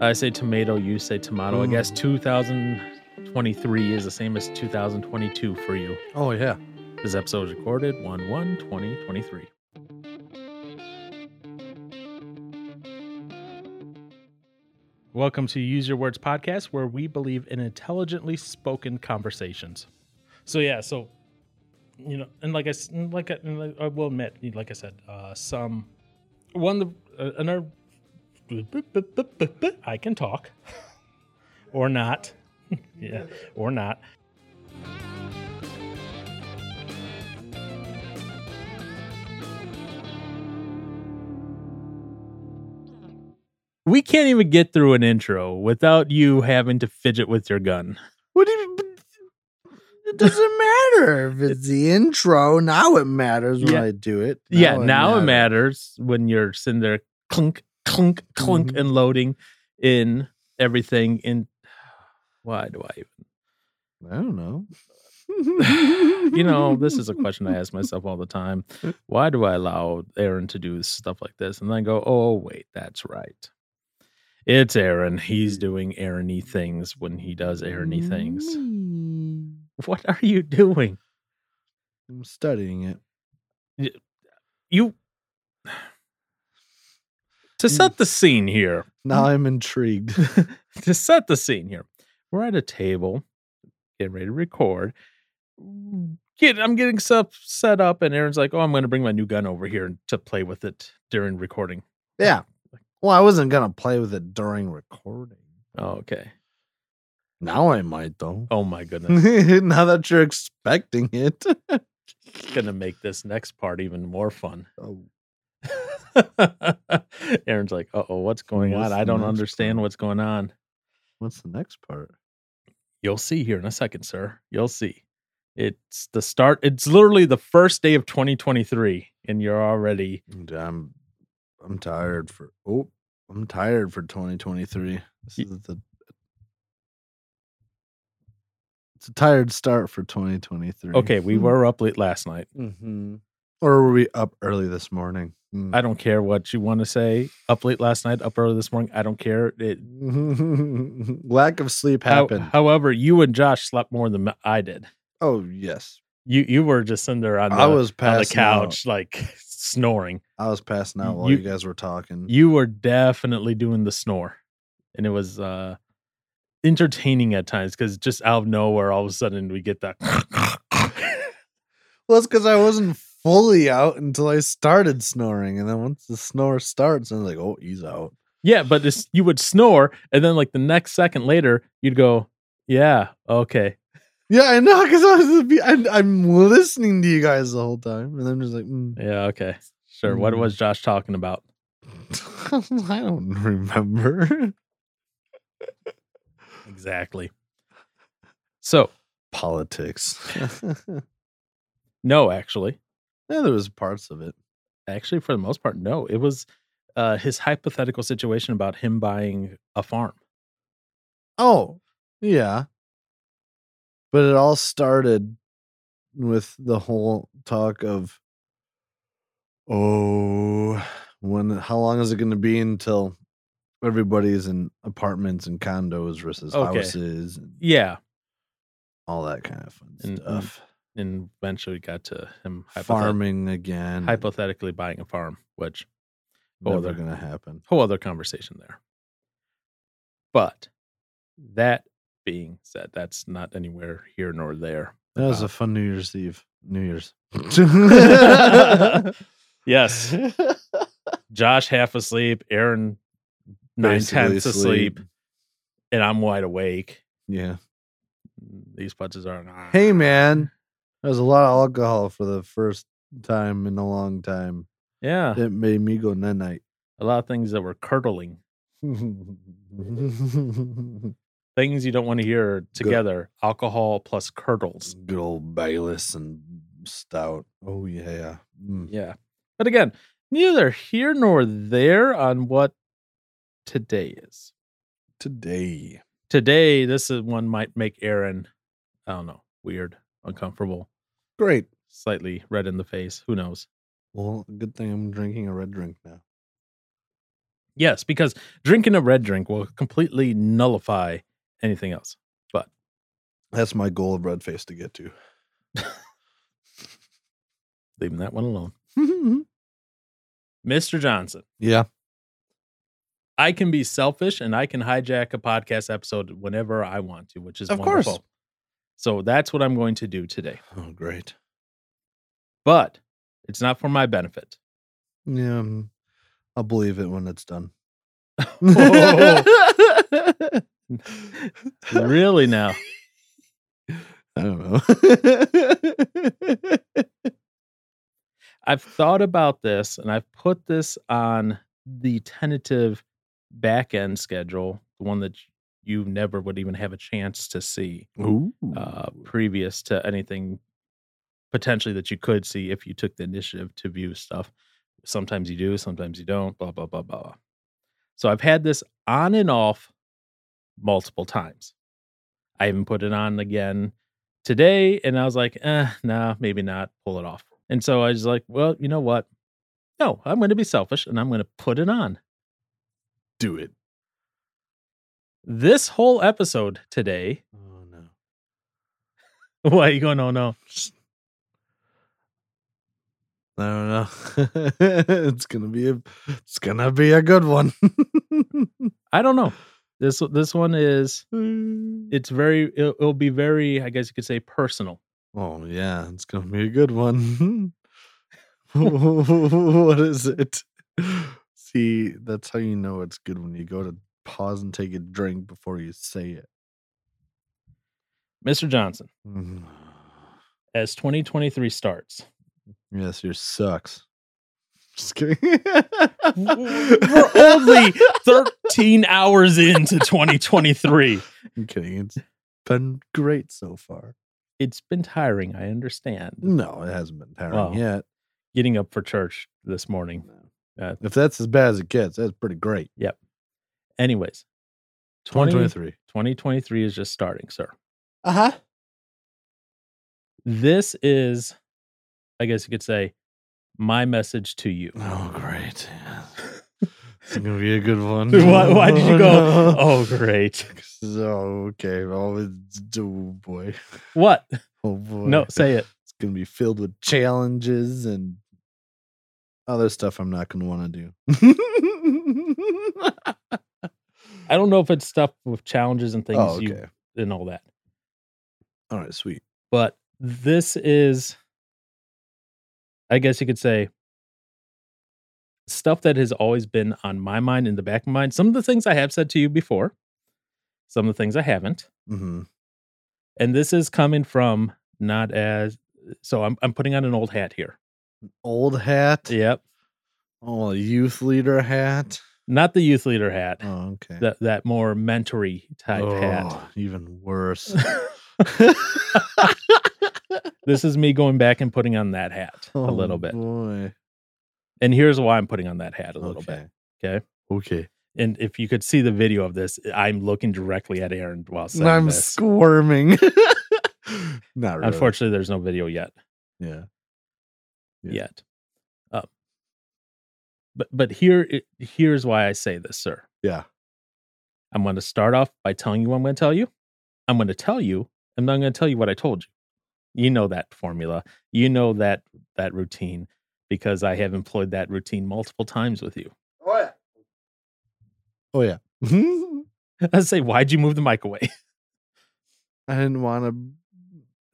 I say tomato, you say tomato. I guess 2023 is the same as 2022 for you. Oh yeah. This episode is recorded 1 1 2023. Welcome to Use Your Words podcast, where we believe in intelligently spoken conversations. So, yeah, so, you know, and like I, s- and like I, and like I will admit, like I said, uh, some, one, of the, uh, another, I can talk or not. yeah, or not. We can't even get through an intro without you having to fidget with your gun. What do you, but it doesn't matter if it's the intro. Now it matters when Yeah. I do it. yeah, now it matters. matters when you're sitting there clunk, clunk, clunk, Mhm. and loading in everything. In why do I even? I don't know. you know, this is a question I ask myself all the time. Why do I allow Aaron to do stuff like this? And then I go, oh, wait, that's right. It's Aaron. He's doing Aaron things when he does Aaron things. Mm, What are you doing? I'm studying it. You. Mm. To set the scene here, Now I'm intrigued. to set the scene here, we're at a table getting ready to record. Get, I'm getting stuff set up, and Aaron's like, oh, I'm going to bring my new gun over here to play with it during recording. yeah. Well, I wasn't gonna play with it during recording. Oh, okay. Now I might though. Oh my goodness. now that you're expecting it. Gonna make this next part even more fun. oh, Aaron's like, uh oh, what's going What's on? the I don't next understand part? what's going on. what's the next part? You'll see here in a second, sir. You'll see. It's the start. It's literally the first day of 2023, and you're already Dude, I'm um, I'm tired for oh I'm tired for 2023. This Ye- is the it's a tired start for 2023. okay. We were up late last night. Mm-hmm. Or were we up early this morning? Hmm. I don't care what you want to say. Up late last night, up early this morning. I don't care. It Lack of sleep how- happened. however, you and Josh slept more than I did. oh yes, You you were just sitting there on the, I was on the passing out. couch, like snoring. I was passing out while You- you, guys were talking. You were definitely doing the snore, and it was uh entertaining at times because just out of nowhere, all of a sudden we get that. well, it's because I wasn't fully out until I started snoring, and then once the snore starts, I was like, "Oh, he's out." yeah, but it's, you would snore, and then like the next second later, you'd go, "Yeah, okay." Yeah, I know because I was be- I, I'm listening to you guys the whole time, and I'm just like, mm. Yeah, okay. Sure. What Mm. was Josh talking about? I don't remember. Exactly. So, Politics. yeah, no, actually. there was parts of it. Actually, for the most part, no. It was uh his hypothetical situation about him buying a farm. Oh, yeah, but it all started with the whole talk of, oh, when? How long is it going to be until everybody's in apartments and condos versus Okay. houses and Yeah. all that kind of fun And- and stuff? And eventually got to him hypothet- farming again. hypothetically buying a farm, which Never they're- gonna happen. whole other conversation there. But that being said, that's not anywhere here nor there. That was Wow. a fun New Year's Eve. New Year's. Yes. Josh half asleep, Aaron nine Basically tenths asleep, and I'm wide awake. Yeah. These punches are Hey man, there was a lot of alcohol for the first time in a long time. Yeah. It made me go night night. A lot of things that were curdling, things you don't want to hear together. Alcohol plus curdles. Good old Bayless and stout. Oh yeah. Mm. Yeah. But again, neither here nor there on what today is. Today. Today, this is one might make Aaron, I don't know, weird, uncomfortable, Great. slightly red in the face. Who knows? Well, good thing I'm drinking a red drink now. Yes, because drinking a red drink will completely nullify anything else. That's my goal of red face to get to. Leaving that one alone. Mr. Johnson, yeah. I can be selfish and I can hijack a podcast episode whenever I want to, which is Of course. wonderful. So that's what I'm going to do today. Oh, great. But it's not for my benefit. Yeah. um, I'll believe it when it's done. Oh. really now. I don't know. I've thought about this and I've put this on the tentative back end schedule, the one that you never would even have a chance to see Ooh. uh, previous to anything potentially that you could see if you took the initiative to view stuff. Sometimes you do, sometimes you don't, blah, blah, blah, blah. blah. So I've had this on and off multiple times. I even put it on again today and I was like, eh, nah, maybe not, pull it off. And so I was like, well, you know what? No, I'm going to be selfish and I'm going to put it on. Do it. This whole episode today. Oh, no. Why are you going, oh no? I don't know. it's gonna be a, it's gonna be a good one. I don't know. This this one is it's very it'll, it'll be very i guess you could say personal oh yeah, it's gonna be a good one. what is it? See, that's how you know it's good when you go to pause and take a drink before you say it. mr johnson Mhm. as 2023 starts Yes, your sucks. Just kidding. we're only 13 hours into 2023 I'm kidding. It's been great so far. it's been tiring i understand No, it hasn't been tiring Wow. yet. getting up for church this morning Uh, If that's as bad as it gets, that's pretty great. anyways 20 2023. 2023 is just starting sir Uh Uh-huh. huh. this is i guess you could say my message to you Oh, great. It's going to be a good one. why, why did you go no. oh great So, okay. Well, it's, oh, boy. what Oh, boy. no say it It's going to be filled with challenges and other stuff I'm not going to want to do. i don't know if it's stuff with challenges and things oh, you okay. and all that. All right, sweet. But this is, I guess you could say, stuff that has always been on my mind, in the back of my mind. Some of the things I have said to you before, some of the things I haven't. Mm-hmm. And this is coming from not as, so I'm, I'm putting on an old hat here. Old hat. Yep. Oh, a youth leader hat. Not the youth leader hat, Oh, okay. that, that more mentory type hat. Oh, Even worse. This is me going back and putting on that hat a Oh, little bit. Boy. And here's why I'm putting on that hat a little bit. bit. Okay. Okay. and if you could see the video of this, I'm looking directly at Aaron while saying And I'm this. squirming. Not really. Unfortunately, there's no video yet. Yeah. Yeah. Yet, um, but but here i- here's why I say this, sir. Yeah. I'm going to start off by telling you what I'm going to tell you. I'm going to tell you, and I'm going to tell you what I told you. You know that formula. You know that that routine because I have employed that routine multiple times with you. Oh yeah. Oh yeah. I say, why'd you move the mic away? I didn't want to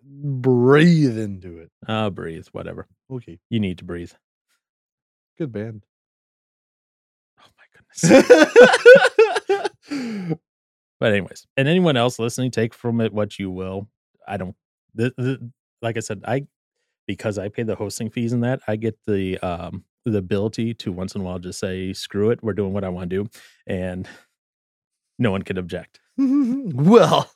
breathe into it. Ah, breathe, whatever. Okay. You need to breathe. Good band. Oh my goodness. But anyways, and anyone else listening, take from it what you will. I don't. The, the, like I said, I because I pay the hosting fees and that I get the um the ability to once in a while just say screw it, we're doing what I want to do, and no one can object. well,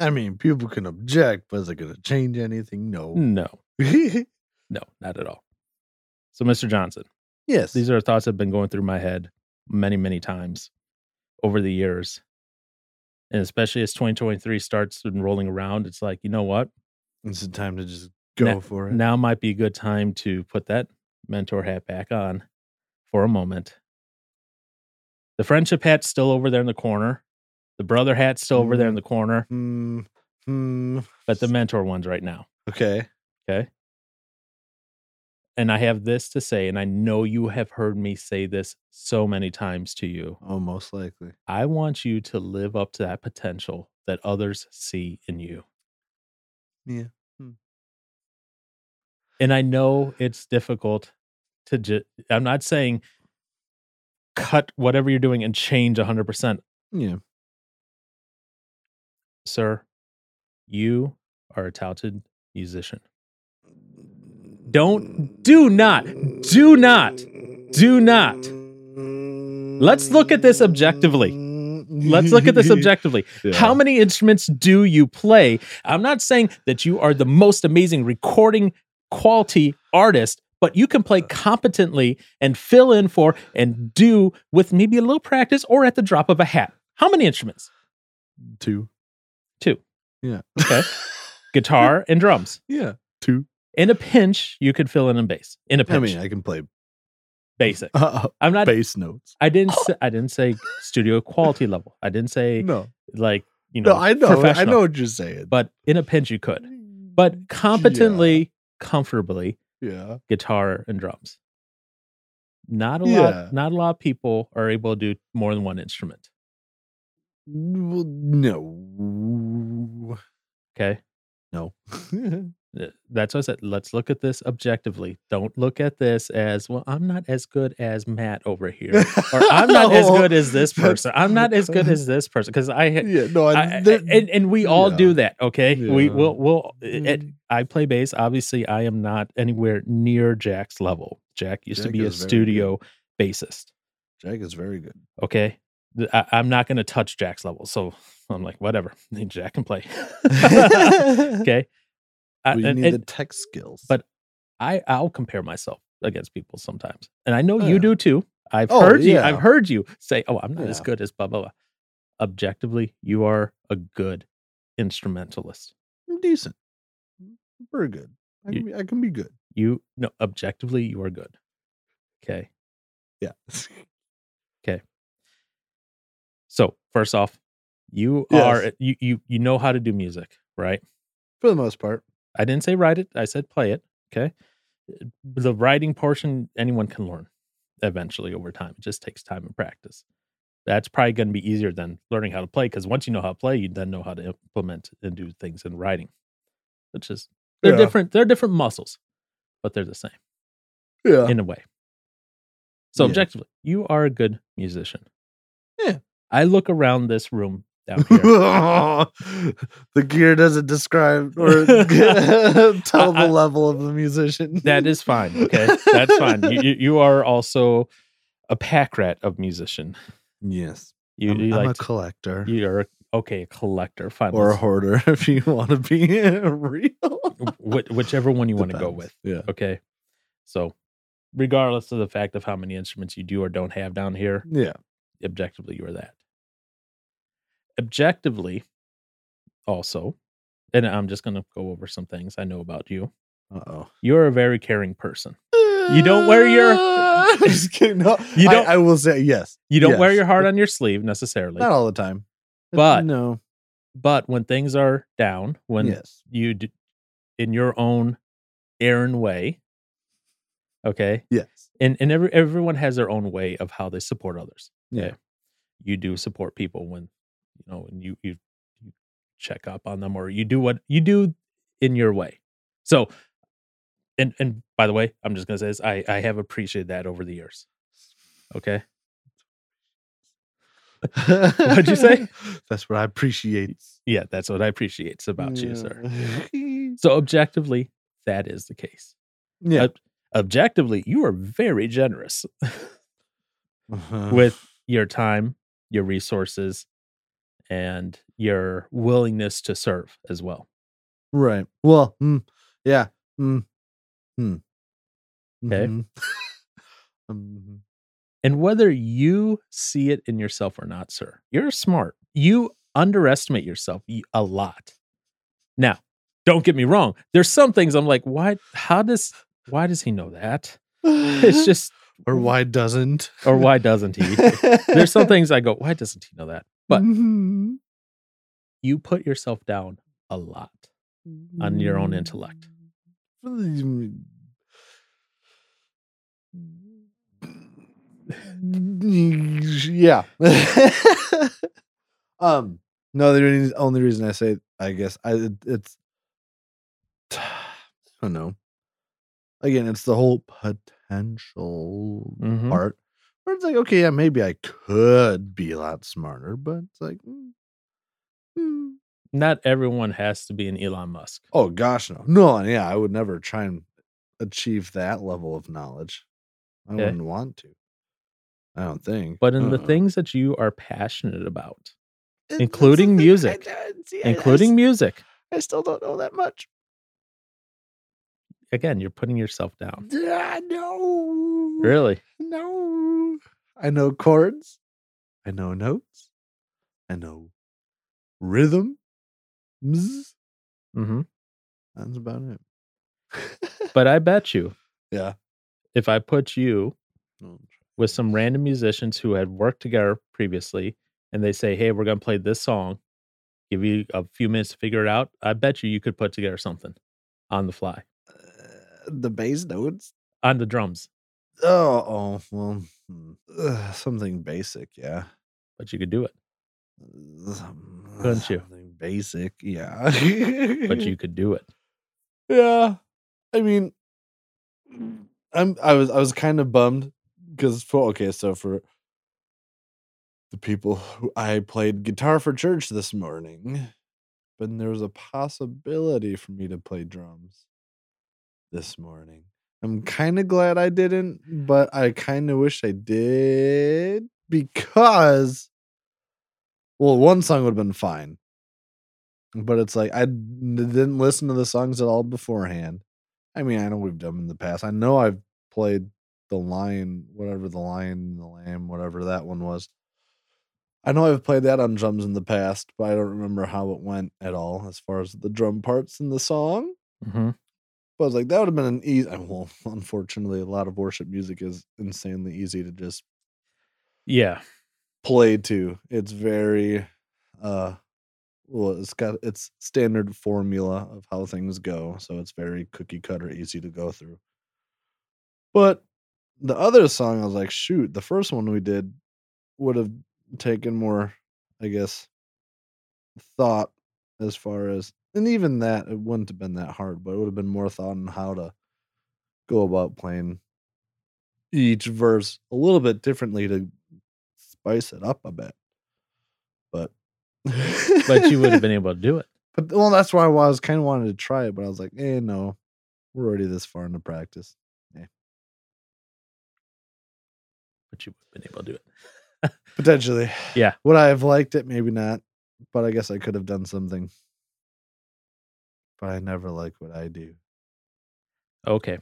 I mean, people can object, but is it going to change anything? No. No, no, not at all. So, Mr. Johnson, yes. these are thoughts that have been going through my head many, many times over the years, and especially as 2023 starts and rolling around, it's like you know what. It's the time to just go for it. now might be a good time to put that mentor hat back on for a moment The friendship hat's still over there in the corner. The brother hat's still over there in the corner, Hmm. Hmm. but the mentor one's right now. Okay. And I have this to say, and I know you have heard me say this so many times to you. Oh, most likely. I want you to live up to that potential that others see in you. Yeah. Hmm. And I know it's difficult to ju- I'm not saying cut whatever you're doing and change 100%, Yeah. sir. You are a talented musician. Don't do not do not do not Let's look at this objectively. Let's look at this objectively. How many instruments do you play? I'm not saying that you are the most amazing recording quality artist, but you can play competently and fill in for and do with maybe a little practice or at the drop of a hat. How many instruments? Two. Two. Yeah. Okay. Guitar and drums. Yeah. Two. In a pinch, you could fill in a bass. In a I pinch, mean, I can play basic. uh, I'm not. bass notes. I didn't. Say, I didn't say studio quality level. I didn't say No. like you know. No, I know. I professional. know what you're saying. But in a pinch, you could. But competently, comfortably, yeah. guitar and drums. Not a Yeah. lot. Not a lot of people are able to do more than one instrument. Well, no. Okay, No. Th- that's what I said. Let's look at this objectively. Don't look at this as well. I'm not as good as Matt over here, or I'm not as good as this person. I'm not as good as this person because I Yeah, no, I, I, there- and and we all yeah. do that. Okay, we Yeah. will. We'll. eh, It, Mm. I play bass. Obviously, I am not anywhere near Jack's level. Jack used to Jack be a is very good. studio bassist. Jack is very good. Okay, Th- I, am not going to touch Jack's level. So I'm like, whatever. Jack can play. okay. okay, I, We and- need and the tech skills. but I I'll compare myself against people sometimes, and I know Oh, you yeah. do too. I've Oh, heard you. yeah. I've heard you say, "Oh, I'm not as Yeah. good as blah blah blah." Objectively, you are a good instrumentalist. I'm decent. Very good. I You- can, be, I can be good. You no, objectively, you are good. Okay. Yeah. So first off, you Yes. are you you you know how to do music, right? For the most part. I didn't say write it. I said play it. Okay. The writing portion anyone can learn eventually over time. It just takes time and practice. That's probably going to be easier than learning how to play because once you know how to play, you then know how to implement and do things in writing. Which is they're Yeah. different. They're different muscles, but they're the same. Yeah. in a way. So Uh Yeah. objectively, you are a good musician. Yeah. I look around this room out here. the gear doesn't describe or tell the I- level of the musician. Uh, that is fine. Okay. That's fine. You, you, you are also a pack rat of musician. yes. You, I'm, you I'm a like to- collector you are okay, a collector. Fine. or a let's- hoarder if you want to be real. wh- whichever one you want to go Depends. with. Yeah. Okay. So regardless of the fact of how many instruments you do or don't have down here, Yeah. objectively you are that. Objectively, also, and I'm just going to go over some things I know about you. Uh You're a very caring person. oh. You don't wear your- Just kidding. No, You don't- I, I will say yes. You don't wear Yes. your heart on your sleeve necessarily, Not all the time. But- no. but when things are down, when yes. you d- in your own errand way, okay, Yes. and and every, everyone has their own way of how they support others. Yeah. you do support people when you know and you you you check up on them or you do what you do in your way. So, and and by the way, I'm just gonna say this: I I have appreciated that over the years. Okay, What'd you say? That's what I appreciate yeah, that's what I appreciate about you, sir. sir. So objectively, that is the case. yeah. Ob- objectively, you are very generous. Uh-huh. Uh, with your time, your resources, and your willingness to serve as well. right. Well, mm, yeah. Mm, mm, Okay. mhm. Mhm. And whether you see it in yourself or not, sir, you're smart. You underestimate yourself y- a lot. Now, don't get me wrong. There's some things I'm like, why? How does? Why does he know that? It's just or why doesn't? or why doesn't he? There's some things I go, why doesn't he know that? but- Mhm. You put yourself down a lot. on your Mm. own intellect. Yeah. um. No, the re- only reason I say, I guess, I it, it's, I don't know. Again, it's the whole potential Mhm. part where it's like, okay, yeah, maybe I could be a lot smarter, but it's like, mm, mm, Not everyone has to be an Elon Musk. Oh gosh, no, no, and yeah, I would never try and achieve that level of knowledge. I Okay. wouldn't want to. I don't think. But in the Uh-uh. things that you are passionate about, It- that's including the thing, I music. don't- see, I- I including s- music, I, still don't know that much. again, you're putting yourself down. Ah, no, Oh. Really? no. I know chords. I know notes. I know rhythm. Ms. hmm That's about it. But I bet you yeah. Mm. if I put you No, with some random musicians who had worked together previously and they say, hey, we're going to play this song, give you a few minutes to figure it out, I bet you you could put together something on the fly, uh, the bass notes. on the drums, Oh, oh well, hmm. Ugh, something basic, yeah. but you could do it. Some- Couldn't you? Something basic, yeah. But you could do it. yeah. I mean, I'm. I was. I was kind of bummed because for okay, so for the people who I played guitar for church this morning, but there was a possibility for me to play drums this morning. I'm kind of glad I didn't, but I kind of wish I did because, well, one song would have been fine. But it's like I n- didn't listen to the songs at all beforehand. I mean, I know we've done in the past. I know I've played the lion, whatever the lion and the lamb, whatever that one was. I know I've played that on drums in the past, but I don't remember how it went at all as far as the drum parts in the song. hmm But I was like, that would have been an easy. Well, unfortunately, a lot of worship music is insanely easy to just Yeah. play to. It's very, uh, well, it's got its standard formula of how things go, so it's very cookie cutter, easy to go through. But the other song, I was like, shoot, the first one we did would have taken more, I guess, thought as far as, and even that, it wouldn't have been that hard, but it would have been more thought on how to go about playing each verse a little bit differently to spice it up a bit. But, But you would have been able to do it. But well, that's why I was kind of wanted to try it, but I was like, eh, no, we're already this far into practice. But you would have been able to do it. Potentially. Yeah. Would I have liked it? Maybe not. But I guess I could have done something. But I never like what I do. Okay.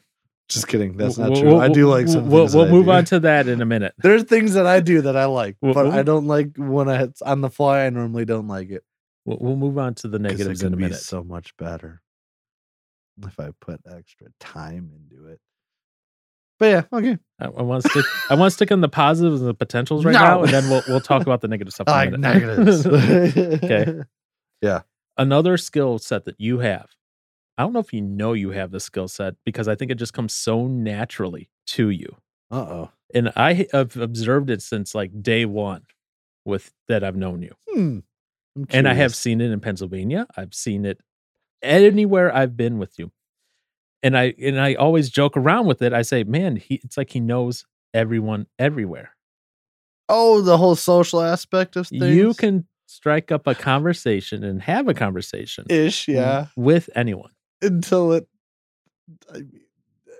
Just kidding. That's not We'll- true. I we'll- do like we'll- something. We'll, we'll move on to that in a minute. There's things that I do that I like, We'll- but I we'll- don't like when I, it's on the fly. I normally don't like it. We'll, we'll move on to the 'cause it negatives in could a be minute. so much better if I put extra time into it. But yeah, okay. I, I want to stick. I want to stick on the positives and the potentials right No. now, and then we'll we'll talk about the negative stuff. in a I like minute. negatives. Okay. Another skill set that you have. I don't know if you know you have this skill set because I think it just comes so naturally to you, Uh oh. and I have observed it since like day one, with that I've known you, Hmm. I'm and I have curious. seen it in Pennsylvania. I've seen it anywhere I've been with you, and I and I always joke around with it. I say, "Man, he it's like he knows everyone everywhere." Oh, the whole social aspect of things. you can strike up a conversation and have a conversation ish, yeah. with anyone Until it, I mean,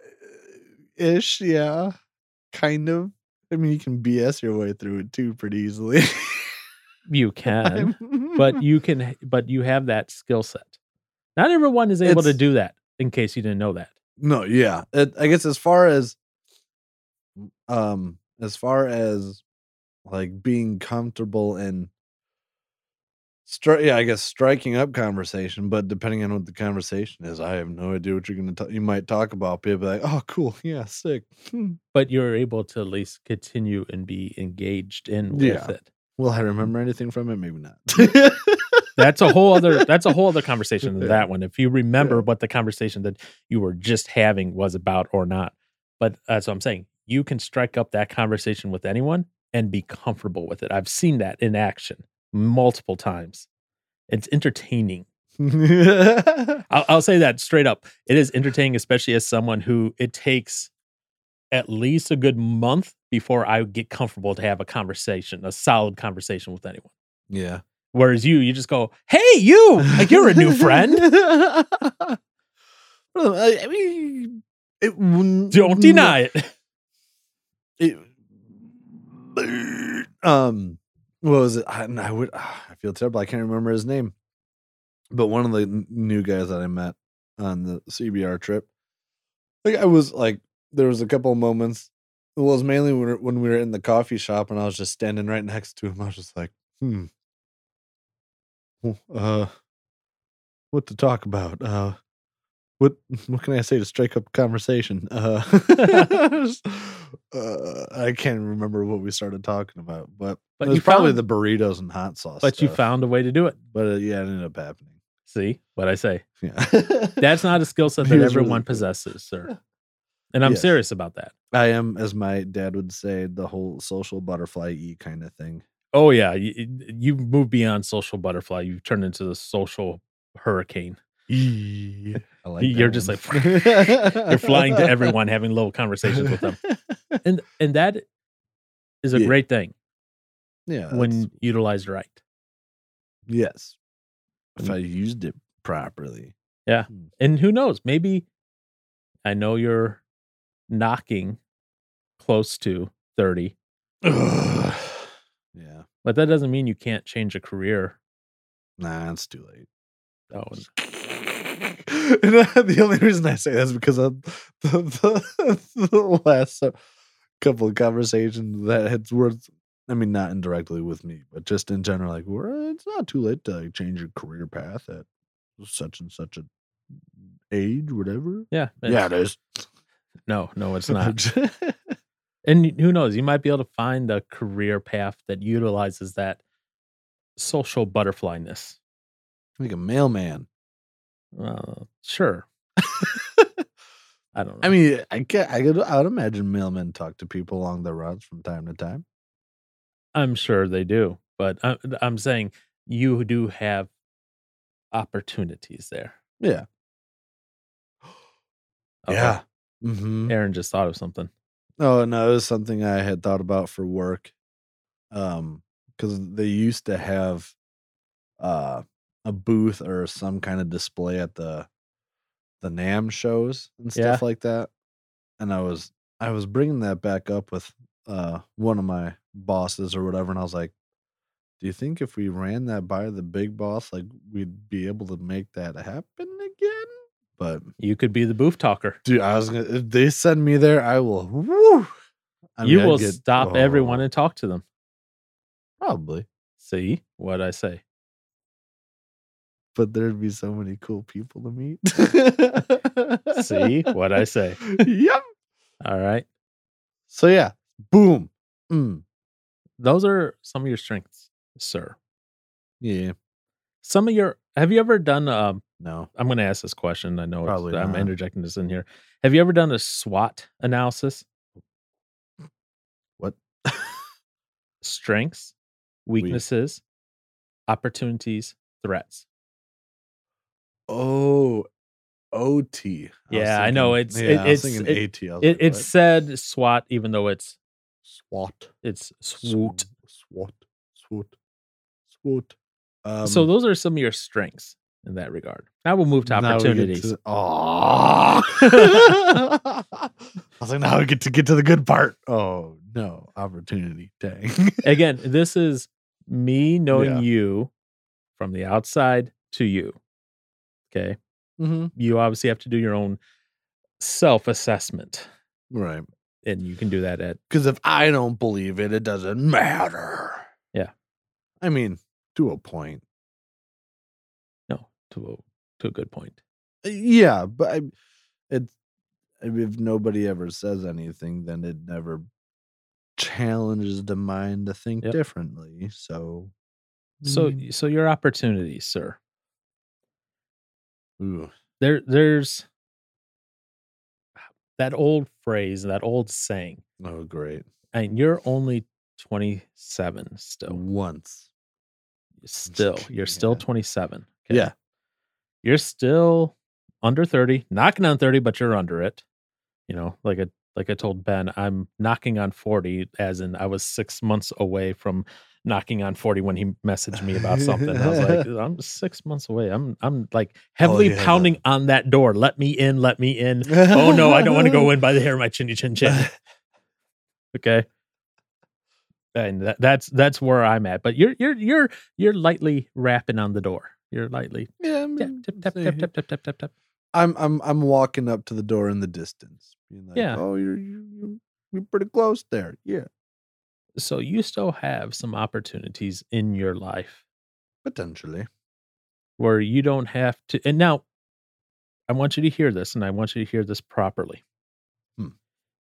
uh, ish, yeah. Kind of. I mean, you can BS your way through it too pretty easily. you can but you can but you have that skill set not everyone is able to It's- do that in case you didn't know that no, yeah. It, I guess as far as, um, as far as like being comfortable in Stri- yeah, I guess striking up conversation, but depending on what the conversation is, I have no idea what you're going to. You might talk about people like, "Oh, cool, yeah, sick." Hmm. but you're able to at least continue and be engaged in with Yeah. it. Will I remember anything from it? Maybe not. That's a whole other that's a whole other conversation than that one. If you remember Yeah. what the conversation that you were just having was about or not. But that's what I'm saying. You can strike up that conversation with anyone and be comfortable with it. I've seen that in action multiple times. It's entertaining. I'll, I'll say that straight up. It is entertaining, especially as someone who it takes at least a good month before I get comfortable to have a conversation, a solid conversation with anyone. yeah, Whereas you, you just go, "Hey, you! Oh, Like you're a new friend. Well, I I mean, it wouldn't- Don't deny it." it, um what was it I, and I would i feel terrible i can't remember his name but one of the n- new guys that i met on the cbr trip like i was like there was a couple of moments it was mainly when, we were- when we were in the coffee shop and i was just standing right next to him i was just like hmm Well, uh what to talk about uh what what can I say to strike up conversation? Uh, uh, I can't remember what we started talking about, but, But it was you probably found- the burritos and hot sauce. But you stuff. found a way to do it. but uh, yeah, it ended up happening. See what I say? Yeah, That's not a skill set He that was everyone really- possesses, sir. And I'm Yes. serious about that. I am, as my dad would say, the whole social butterfly e kind of thing. Oh yeah, you, you've moved beyond social butterfly. You've turned into the social hurricane. I like E. You're that just one. like, You're flying to everyone, having little conversations with them. and and that is a Yeah. great thing Yeah, that's- when utilized right. yes, if Mm. I used it properly. And who knows? Maybe I know you're knocking close to 30, yeah. but that doesn't mean you can't change a career. Nah, it's too late. Oh, and And, uh, the only reason I say that is because of the, the, the last uh, couple of conversations that had worth. I mean, not indirectly with me, but just in general, like we're, it's not too late to like, change your career path at such and such a age, whatever. yeah. and- Yeah, it is. No, no, it's not. and who knows? You might be able to find a career path that utilizes that social butterflyness. like a mailman. Uh, sure. I don't know. I mean, I can I could, I would imagine mailmen talk to people along their routes from time to time. I'm sure they do, but I, I'm saying you do have opportunities there. Yeah. Uh-oh. Mm-hmm. Aaron just thought of something. Oh no, it was something I had thought about for work. Um, because they used to have uh a booth or some kind of display at the the NAM shows and stuff like that. And I was I was bringing that back up with uh one of my bosses or whatever, and I was like, "Do you think if we ran that by the big boss, like we'd be able to make that happen again?" But You could be the booth talker. Dude, I was gonna. If they send me there, I will. Woo, I you mean, I'd will get- stop everyone oh, and talk to them. probably, See what I say? but there'd be so many cool people to meet. See what I say? yep. All right. So yeah, boom. Mm, Those are some of your strengths, sir. yeah. Some of your. Have you ever done? Um, No. I'm going to ask this question. I know Probably it's, I'm not. interjecting this in here. Have you ever done a SWOT analysis? What? strengths, weaknesses, opportunities, threats. oh, OT. was Yeah, I know, thinking- it's- it- I was it's- thinking it- AT. I was It, like, it what? said SWAT, even though it's SWAT. it's SWOT. SWAT. SWAT. SWAT. Um, so those are some of your strengths in that regard. Now we'll move to opportunities. Oh. I was like, now we get to get to the good part. Oh no, opportunity. Dang. Again, this is me knowing Yeah. you from the outside to you. Okay. Mm-hmm. You obviously have to do your own self assessment, Right. and you can do that at Because if I don't believe it, it doesn't matter. Yeah. I mean, to a point. to to a good point. Yeah, but I, it, I mean, if nobody ever says anything, then it never challenges the mind to think Yep. differently. So, So mm, so your opportunities, sir. ooh, There there's that old phrase, that old saying, oh, great. and you're only 27 still. Once, Still, you're still Yeah. 27. yeah, You're still under 30, knocking on 30, but you're under it. You know, like I like I told Ben, I'm knocking on 40 as in I was 6 months away from knocking on 40 when he messaged me about something. I was like, I'm 6 months away. I'm I'm like heavily yeah. pounding on that door. Let me in, let me in. oh no, I don't want to go in by the hair of my chinny chin chin. Okay. And that, that's that's where I'm at. But you're you're you're you're lightly rapping on the door. You're lightly yeah, I tap mean, tap tap say tap he- tap tap tap tap tap. I'm I'm I'm walking up to the door in the distance, being like, Yeah. "Oh, you're you're you're- you're pretty close there." Yeah, So you still have some opportunities in your life potentially. where you don't have to and now I want you to hear this and I want you to hear this properly. Hmm.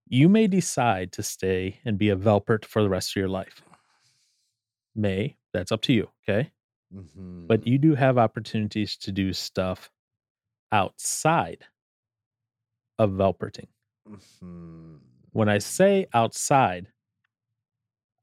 You may decide to stay and be a Velpert for the rest of your life. May, that's up to you, okay? but Mhm. you do have opportunities to do stuff outside of Velperting. Mhm. When I say outside,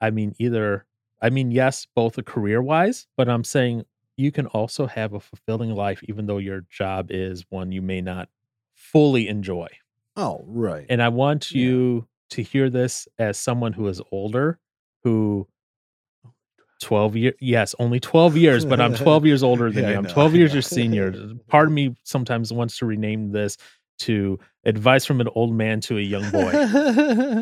I mean either, I mean, yes, both career wise, but I'm saying you can also have a fulfilling life, even though your job is one you may not fully enjoy. oh right, And I want Yeah. you to hear this as someone who is older, who 12 years, yes, only 12 years, but I'm 12 years older than Yeah, I you. I'm know, 12 I years know. your senior. Part of me sometimes wants to rename this to advice from an old man to a young boy boy,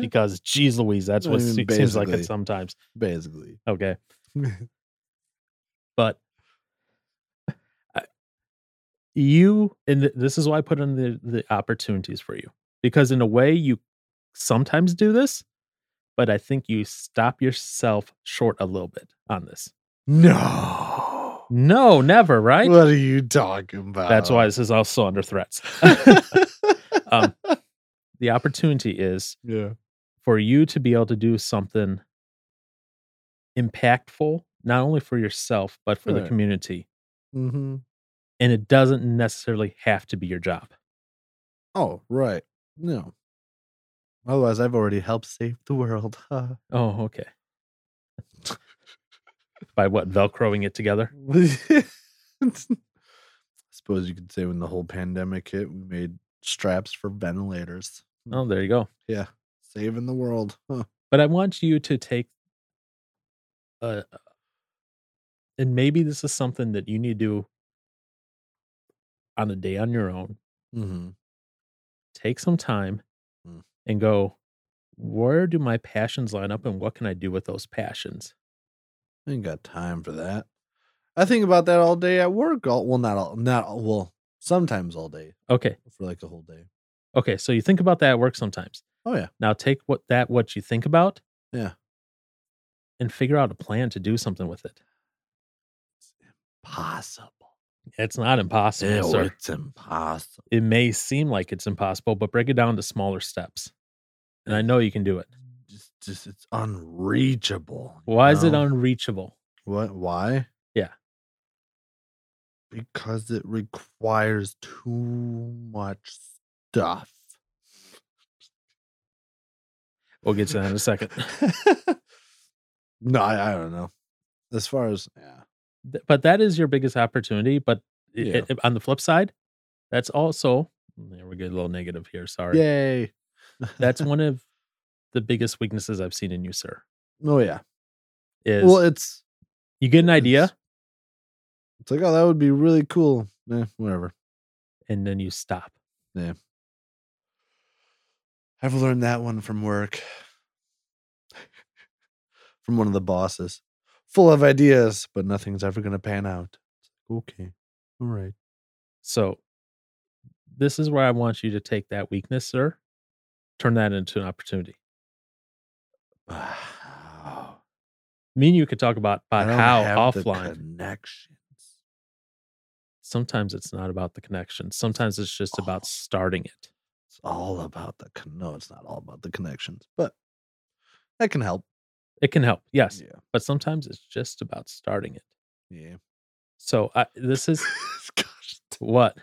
because, geez Louise, that's I what mean, se- seems like basically. it sometimes. basically. Okay. But I- you, and th- this is why I put in the, the opportunities for you because, in a way, you sometimes do this, but I think you stop yourself short a little bit on this. No. No, never, right? What are you talking about? That's why this is also under threats. um, the opportunity is yeah. for you to be able to do something impactful, not only for yourself, but for the Right. community. hmm And it doesn't necessarily have to be your job. Oh, right. No. Otherwise, I've already helped save the world. Huh? Oh, okay. By what? Velcroing it together? I suppose you could say when the whole pandemic hit, we made straps for ventilators. Oh, there you go. Yeah. Saving the world. Huh. But I want you to take uh and maybe this is something that you need to do on a day on your own Mm-hmm. take some time Mm. and go where do my passions line up and what can i do with those passions I ain't got time for that. I think about that all day at work. All, well, not all, not all, well, sometimes all day okay for like a whole day. okay so you think about that at work sometimes Oh, yeah. now take what that what you think about Yeah. and figure out a plan to do something with it Possible. it's not impossible Ew, sir. it's impossible. it may seem like it's impossible but break it down to smaller steps and i know you can do it Just, just it's unreachable. you why is it know? unreachable What? Why? Yeah. Because it requires too much stuff. we'll get to that in a second no, I, I don't know. As far as yeah, Th- but that is your biggest opportunity. But i- Yeah. i- on the flip side, that's also yeah, we're getting a little negative here. Sorry, yay. that's one of the biggest weaknesses I've seen in you, sir. oh yeah. Is Well, it's you get an idea it's- It's like oh, that would be really cool. Eh, whatever. and then you stop. I've learned that one from work, from one of the bosses. Full of ideas, but nothing's ever gonna pan out. Okay, all right. So this is where I want you to take that weakness, sir, turn that into an opportunity. Wow. Me and you could talk about, I about don't how have the offline. connections. Sometimes it's not about the connection. Sometimes it's just about Oh. starting it. It's all about the con- no, it's not all about the connections, but that can help. It can help, yes, Yeah. but sometimes it's just about starting it. Yeah. So I, this is Gosh, what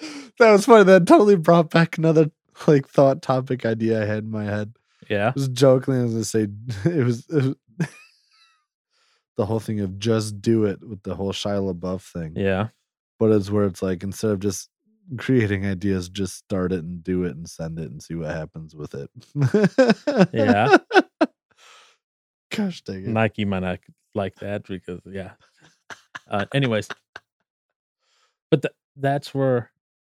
that was funny. That totally brought back another like thought topic idea I had in my head. yeah I was jokingly I was gonna say it was, it was the whole thing of just do it with the whole Shia LaBeouf thing. yeah But it's where it's like instead of just creating ideas, just start it and do it and send it and see what happens with it. Yeah. Gosh dang it. Nike might not like that because yeah. Uh, anyways, but th- that's where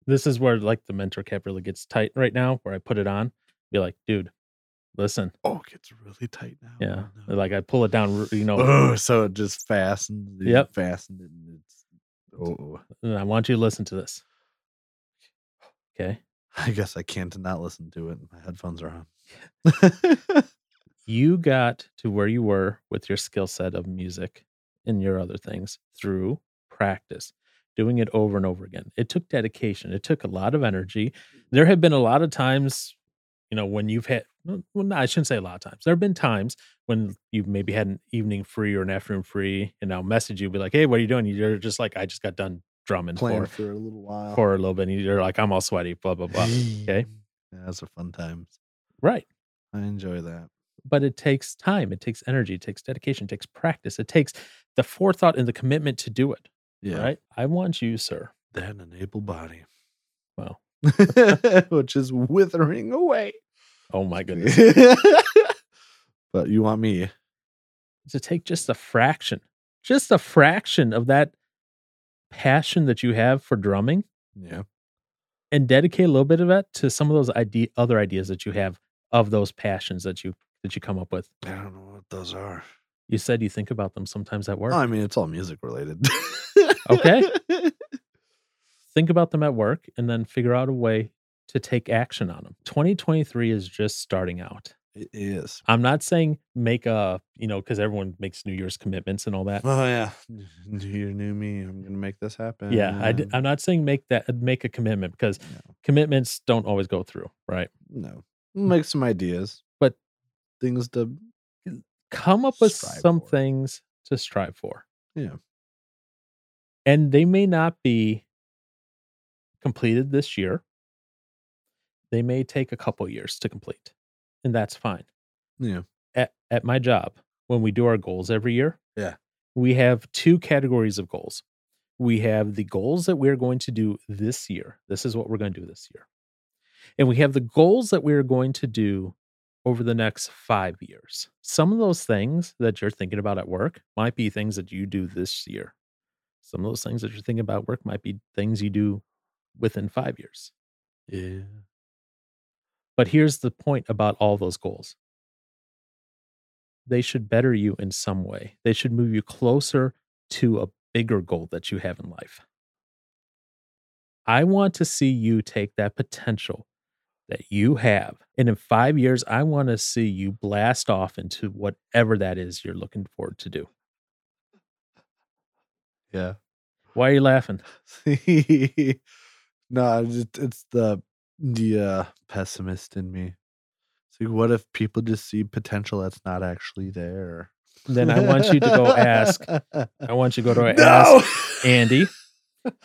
this is where like the mentor cap really gets tight right now. Where I put it on, be like, dude, listen, oh, it gets really tight now. yeah, Oh, no. like I pull it down, r- you know, Oh, so it just fastened. you Yep. Fastened it and it's. Oh, and I want you to listen to this. Okay, I guess I can't not listen to it. My headphones are on. you got to where you were with your skill set of music and your other things through practice, doing it over and over again. It took dedication, it took a lot of energy. There have been a lot of times, you know, when you've had, well, no, I shouldn't say a lot of times. There have been times when you've maybe had an evening free or an afternoon free, and I'll message you, be like, hey, what are you doing? You're just like, I just got done drumming Playing for, for a little while. for a little bit. And you're like, I'm all sweaty, blah, blah, blah. okay. Yeah, those are fun times. right. I enjoy that. but it takes time it takes energy it takes dedication it takes practice it takes the forethought and the commitment to do it Yeah. right i want you sir That and an able body. Wow. Which is withering away. oh my goodness but you want me. to take just a fraction just a fraction of that passion that you have for drumming Yeah. and dedicate a little bit of that to some of those idea other ideas that you have of those passions that you that you come up with I don't know what those are. you said you think about them sometimes at work Well, I mean, it's all music related. Okay. think about them at work and then figure out a way to take action on them 2023 is just starting out It is. I'm not saying make a, you know, because everyone makes New Year's commitments and all that. Oh, yeah. New year, new me. I'm going to make this happen. yeah, I, am not saying make that make a commitment because No. commitments don't always go through, right? No. Make some ideas. Hmm. But- things to. Come up with Strive some for. things to strive for. Yeah. And they may not be completed this year. They may take a couple years to complete, and that's fine. Yeah. At, at my job, when we do our goals every year, Yeah. we have two categories of goals. We have the goals that we're going to do this year. This is what we're going to do this year. And we have the goals that we're going to do over the next five years. Some of those things that you're thinking about at work might be things that you do this year. Some of those things that you're thinking about at work might be things you do within five years. Yeah. But here's the point about all those goals they should better you in some way, they should move you closer to a bigger goal that you have in life. I want to see you take that potential that you have. And in five years, I want to see you blast off into whatever that is you're looking forward to do. Yeah. Why are you laughing? no, I just, it's the the uh, pessimist in me. It's like, what if people just see potential that's not actually there? Then I want you to go ask. I want you to go to ask no, Andy.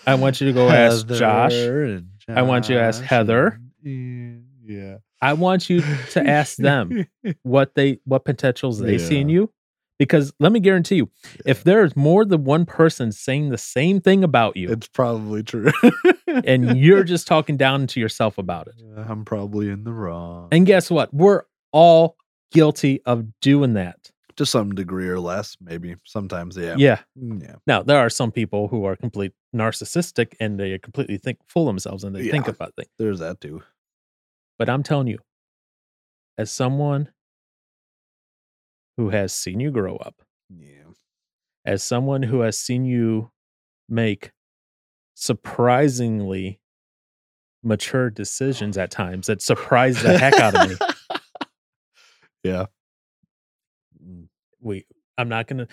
I want you to go ask Josh. Heather and I want you to ask Josh Heather. and- Yeah, I want you to ask them what they what potentials they see in Yeah. you. Because let me guarantee you, if there's more than one person saying the same thing about you it's probably true, and you're just talking down to yourself about it. I'm probably in the wrong, And guess what? We're all guilty of doing that. to some degree or less, maybe sometimes. Yeah, Yeah. yeah, Now there are some people who are complete narcissistic and they completely think fool themselves and they think Yeah. about things. there's that too. But I'm telling you, as someone who has seen you grow up, Yeah, as someone who has seen you make surprisingly mature decisions at times that surprised the heck out of me. Yeah. We Mm, I'm not gonna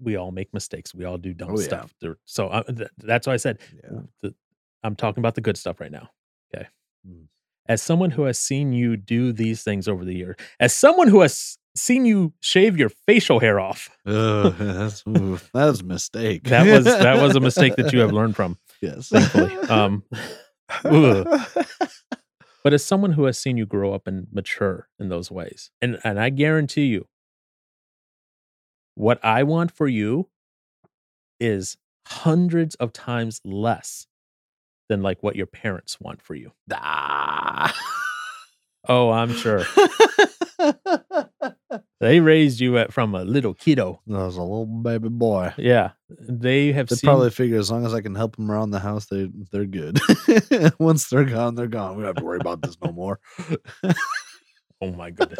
we all make mistakes. We all do dumb Oh, yeah. stuff. There- So uh, th- that's why I said Yeah. the- I'm talking about the good stuff right now. Okay. Mm. As someone who has seen you do these things over the years, as someone who has seen you shave your facial hair off, Ugh, that's ooh, that was a mistake. that was that was a mistake that you have learned from, Yes. thankfully. Um, Ugh. but as someone who has seen you grow up and mature in those ways, and and I guarantee you, what I want for you is hundreds of times less than like what your parents want for you. Oh, I'm sure. They raised you at, from a little kiddo. That was a little baby boy. Yeah, they have They seen. probably figure as long as I can help them around the house, they they're good. Once they're gone, they're gone. We don't have to worry about this no more. oh my goodness.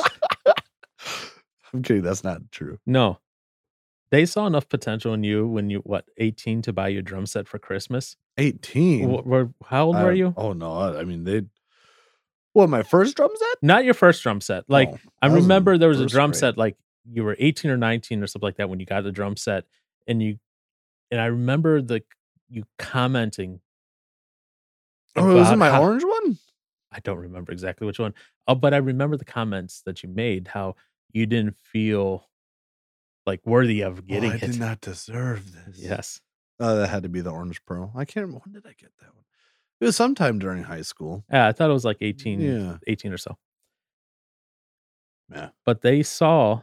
I'm kidding. That's not true. No, they saw enough potential in you when you what 18 to buy you a drum set for Christmas. 18. Wh- wh- how old I- were you? Oh no! I, I mean, they. What my first drum set? Not your first drum set. Like No, I that was in remember there was a first drum grade. set. Like you were 18 or 19 or something like that when you got the drum set, and you, and I remember the you commenting. Oh, was it about my how- orange one? I don't remember exactly which one, uh, but I remember the comments that you made how you didn't feel like worthy of Oh, getting I it. did not deserve this. Yes. Oh, that had to be the orange pearl. I can't remember when did I get that one. It was sometime during high school. Yeah, I thought it was like 18, Yeah. 18 or so. Yeah. But they saw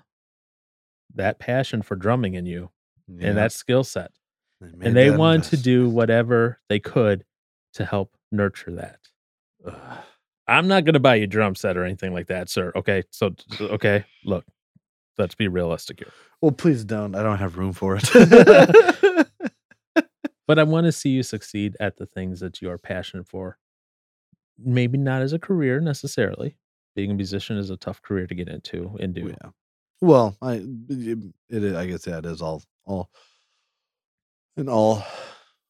that passion for drumming in you Yeah. and that skill set. made and they that wanted to invest- do whatever they could to help nurture that. Ugh. I'm not going to buy you a drum set or anything like that, sir. Okay. So, so, okay, look, let's be realistic here. Well, please don't. I don't have room for it. But I want to see you succeed at the things that you are passionate for. Maybe not as a career necessarily. Being a musician is a tough career to get into and do. Yeah. Well, I it, it is- I guess that is all all an all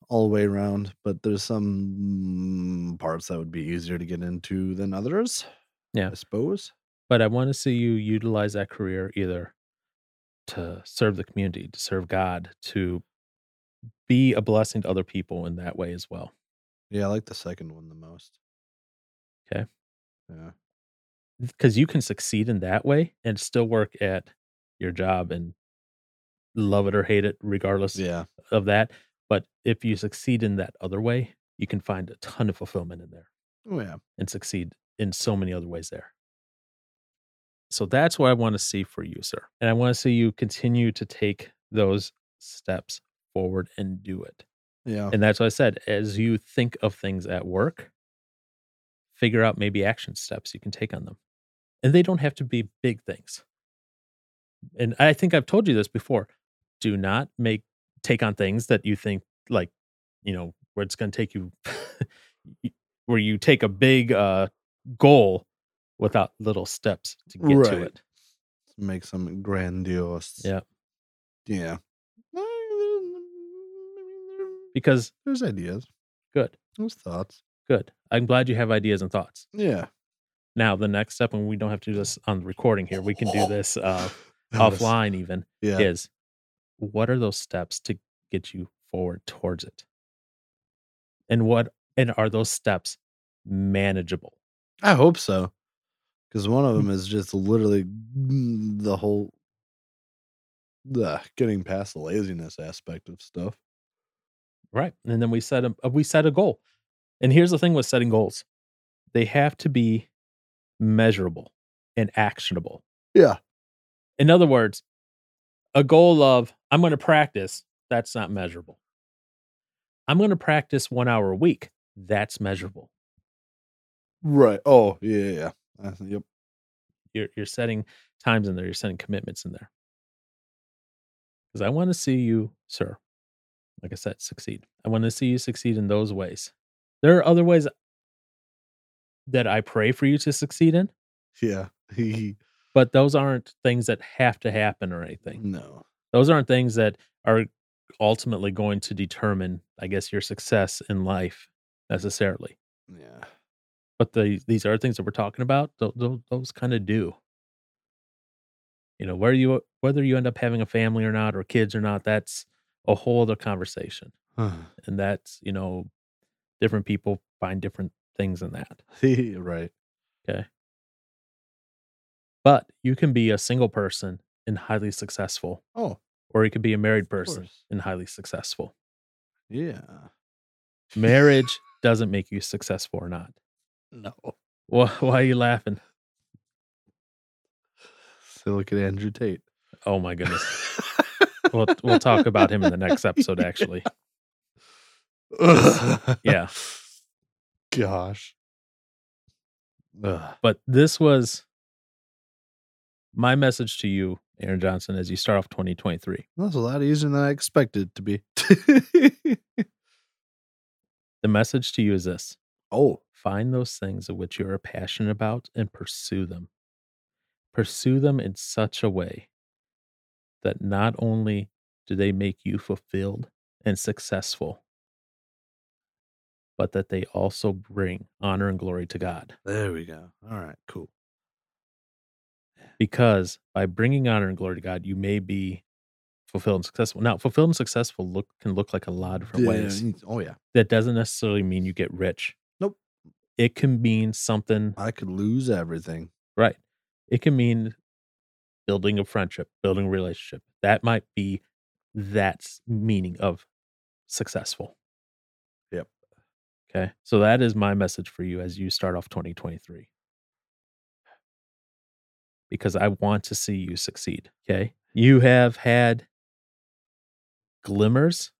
all way round, but there's some mm, parts that would be easier to get into than others. Yeah. I suppose. but I want to see you utilize that career either to serve the community, to serve God, to be a blessing to other people in that way as well. Yeah, I like the second one the most. 'Kay. Yeah. Because you can succeed in that way and still work at your job and love it or hate it, regardless Yeah. of that. But if you succeed in that other way, you can find a ton of fulfillment in there Oh yeah. and succeed in so many other ways there. So that's what I want to see for you, sir. And I want to see you continue to take those steps forward and do it. Yeah. And that's what I said. As you think of things at work, figure out maybe action steps you can take on them. And they don't have to be big things. And I think I've told you this before. Do not make take on things that you think like, you know, where it's going to take you, where you take a big uh, goal without little steps to get Right. to it. Make some grandiose. Yeah. Yeah. Well, there- Because There's ideas. good, There's thoughts. good. I'm glad you have ideas and thoughts. Yeah. Now the next step, and we don't have to do this on the recording here. We can do this uh, That was- offline even Yeah. is what are those steps to get you forward towards it and what and are those steps manageable I hope so. Because one Hmm. of them is just literally mm, the whole the getting past the laziness aspect of stuff. right and then we set a uh, we set a goal and here's the thing with setting goals they have to be measurable and actionable Yeah. in other words a goal of i'm going to practice that's not measurable i'm going to practice one hour a week that's measurable Right. Oh, yeah, yeah, yeah. I think- yep. you're you're setting times in there you're setting commitments in there because i want to see you sir like i said succeed i want to see you succeed in those ways there are other ways that i pray for you to succeed in Yeah. He but those aren't things that have to happen or anything no. those aren't things that are ultimately going to determine i guess your success in life necessarily Yeah. but the these are things that we're talking about tho- tho- those kind of do you know where you whether you end up having a family or not or kids or not that's a whole other conversation and that's you know different people find different things in that right. but you can be a single person and highly successful Oh, or you could be a married of person course. and highly successful Yeah. marriage doesn't make you successful or not No. why, why are you laughing So look at Andrew Tate. oh my goodness we'll, we'll talk about him in the next episode actually Yeah. Gosh. Ugh. but this was my message to you aaron johnson as you start off 2023 That's a lot easier than I expected it to be. the message to you is this oh, Find those things of which you are passionate about and pursue them. Pursue them in such a way that not only do they make you fulfilled and successful, but that they also bring honor and glory to God. there we go. All right, cool. Because by bringing honor and glory to God, you may be fulfilled and successful. Now, fulfilled and successful look can look like a lot of different ways. Yeah, Oh, yeah. That doesn't necessarily mean you get rich. Nope. It can mean something I could lose everything. Right. It can mean building a friendship, building a relationship. That might be that's meaning of successful. Yep. Okay. So that is my message for you as you start off 2023. Because I want to see you succeed. Okay. You have had glimmers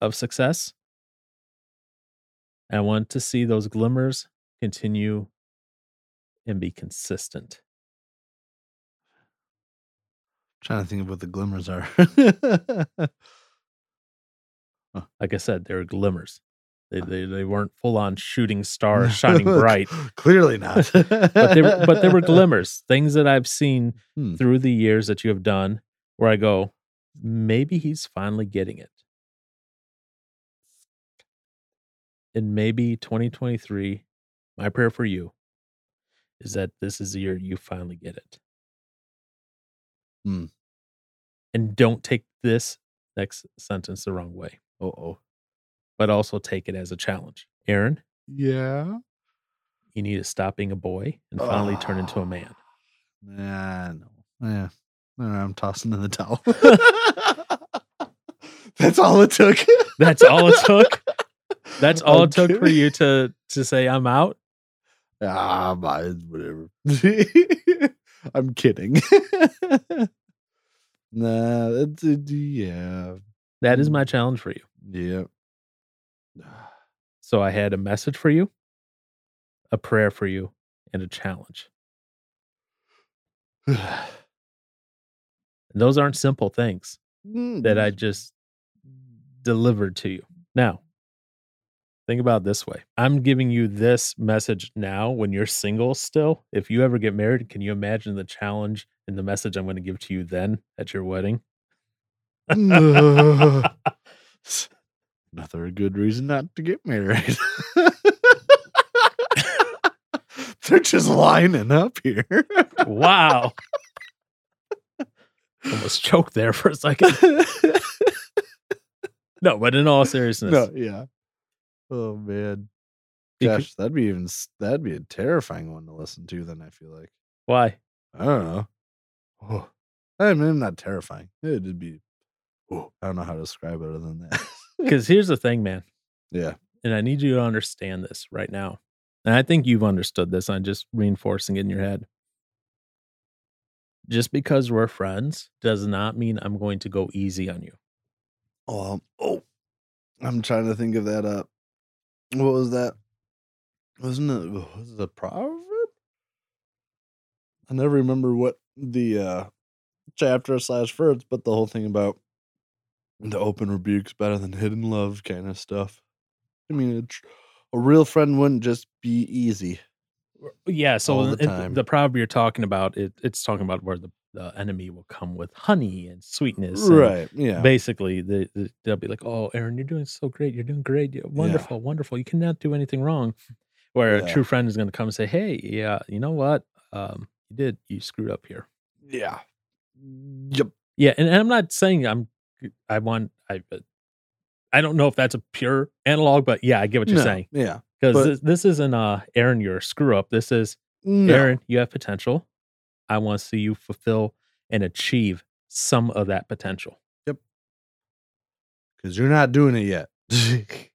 of success. I want to see those glimmers continue and be consistent. trying to think of what the glimmers are. Like I said, they were glimmers. They they, they weren't full on shooting stars shining bright, Clearly not. but they were, but they were glimmers, things that I've seen Hmm. through the years that you have done, where I go, maybe he's finally getting it, and maybe 2023. My prayer for you is that this is the year you finally get it, Hmm. and don't take this next sentence the wrong way. Uh oh. but also take it as a challenge. Aaron, Yeah. you need to stop being a boy and finally turn into Ah. a man. Nah, no. Yeah. All right, I'm tossing in the towel. That's all it took. That's all it took. That's all I'm it took for kidding. you to to say I'm out. Ah, my, whatever. I'm kidding. nah, it's, it, yeah. That is my challenge for you. Yeah. So I had a message for you, a prayer for you, and a challenge. And those aren't simple things that Mm-hmm. I just delivered to you. Now, think about it this way. I'm giving you this message now when you're single still. If you ever get married, can you imagine the challenge and the message I'm going to give to you then at your wedding? Ugh. Another good reason not to get married. They're just lining up here. wow. Almost choked there for a second. No, but in all seriousness, no, yeah. Oh man, becau- gosh, that'd be even s- that'd be a terrifying one to listen to. Then I feel like why? I don't know. Oh, I mean, not terrifying. It'd be. Oh, I don't know how to describe it other than that. Because here's the thing, man. yeah. and I need you to understand this right now. And I think you've understood this. I'm just reinforcing it in your head. Just because we're friends does not mean I'm going to go easy on you. Oh, um, oh, I'm trying to think of that. Uh, what was that? Wasn't it? Was it a proverb? I never remember what the uh chapter slash verse, but the whole thing about the open rebukes better than hidden love kind of stuff. I mean, a, tr- a real friend wouldn't just be easy. Yeah. So All the in- in time. the proverb you're talking about, it, it's talking about where the, the enemy will come with honey and sweetness. and Right? Yeah. Basically, the, the, they'll be like, "Oh, Aaron, you're doing so great. You're doing great. You're wonderful, wonderful. You cannot do anything wrong." Where Yeah. a true friend is going to come and say, "Hey, yeah, you know what? Um, you did. You screwed up here. Yeah. Yep. Yeah, and, and I'm not saying I'm I want I I don't know if that's a pure analog, but yeah, I get what you're No, saying Yeah. but- because this, this isn't uh Aaron, you're a screw up. This is No. Aaron, you have potential. I want to see you fulfill and achieve some of that potential. Because you're not doing it yet.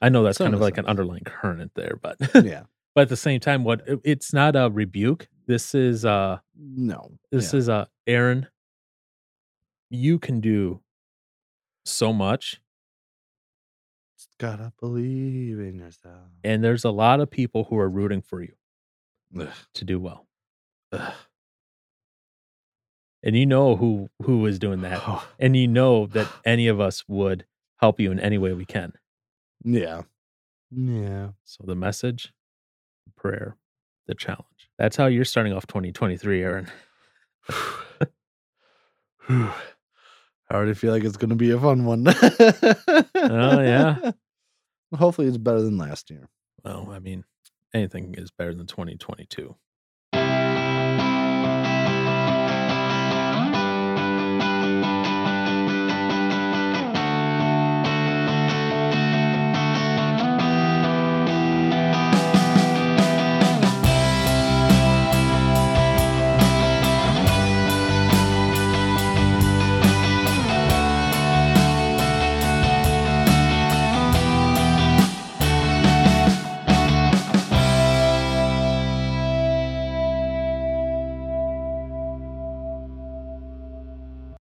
I know that's Some kind of of the like an signs. underlying current there, but yeah. but at the same time, what it- it's not a rebuke. This is uh No. this Yeah. is uh Aaron. You can do so much. gotta believe in yourself. and there's a lot of people who are rooting for you Ugh. to do well Ugh. and you know who who is doing that Oh. and you know that any of us would help you in any way we can yeah. Yeah. so the message the prayer the challenge that's how you're starting off 2023 aaron I already feel like it's going to be a fun one. Oh, yeah. Hopefully, it's better than last year. well i mean anything is better than 2022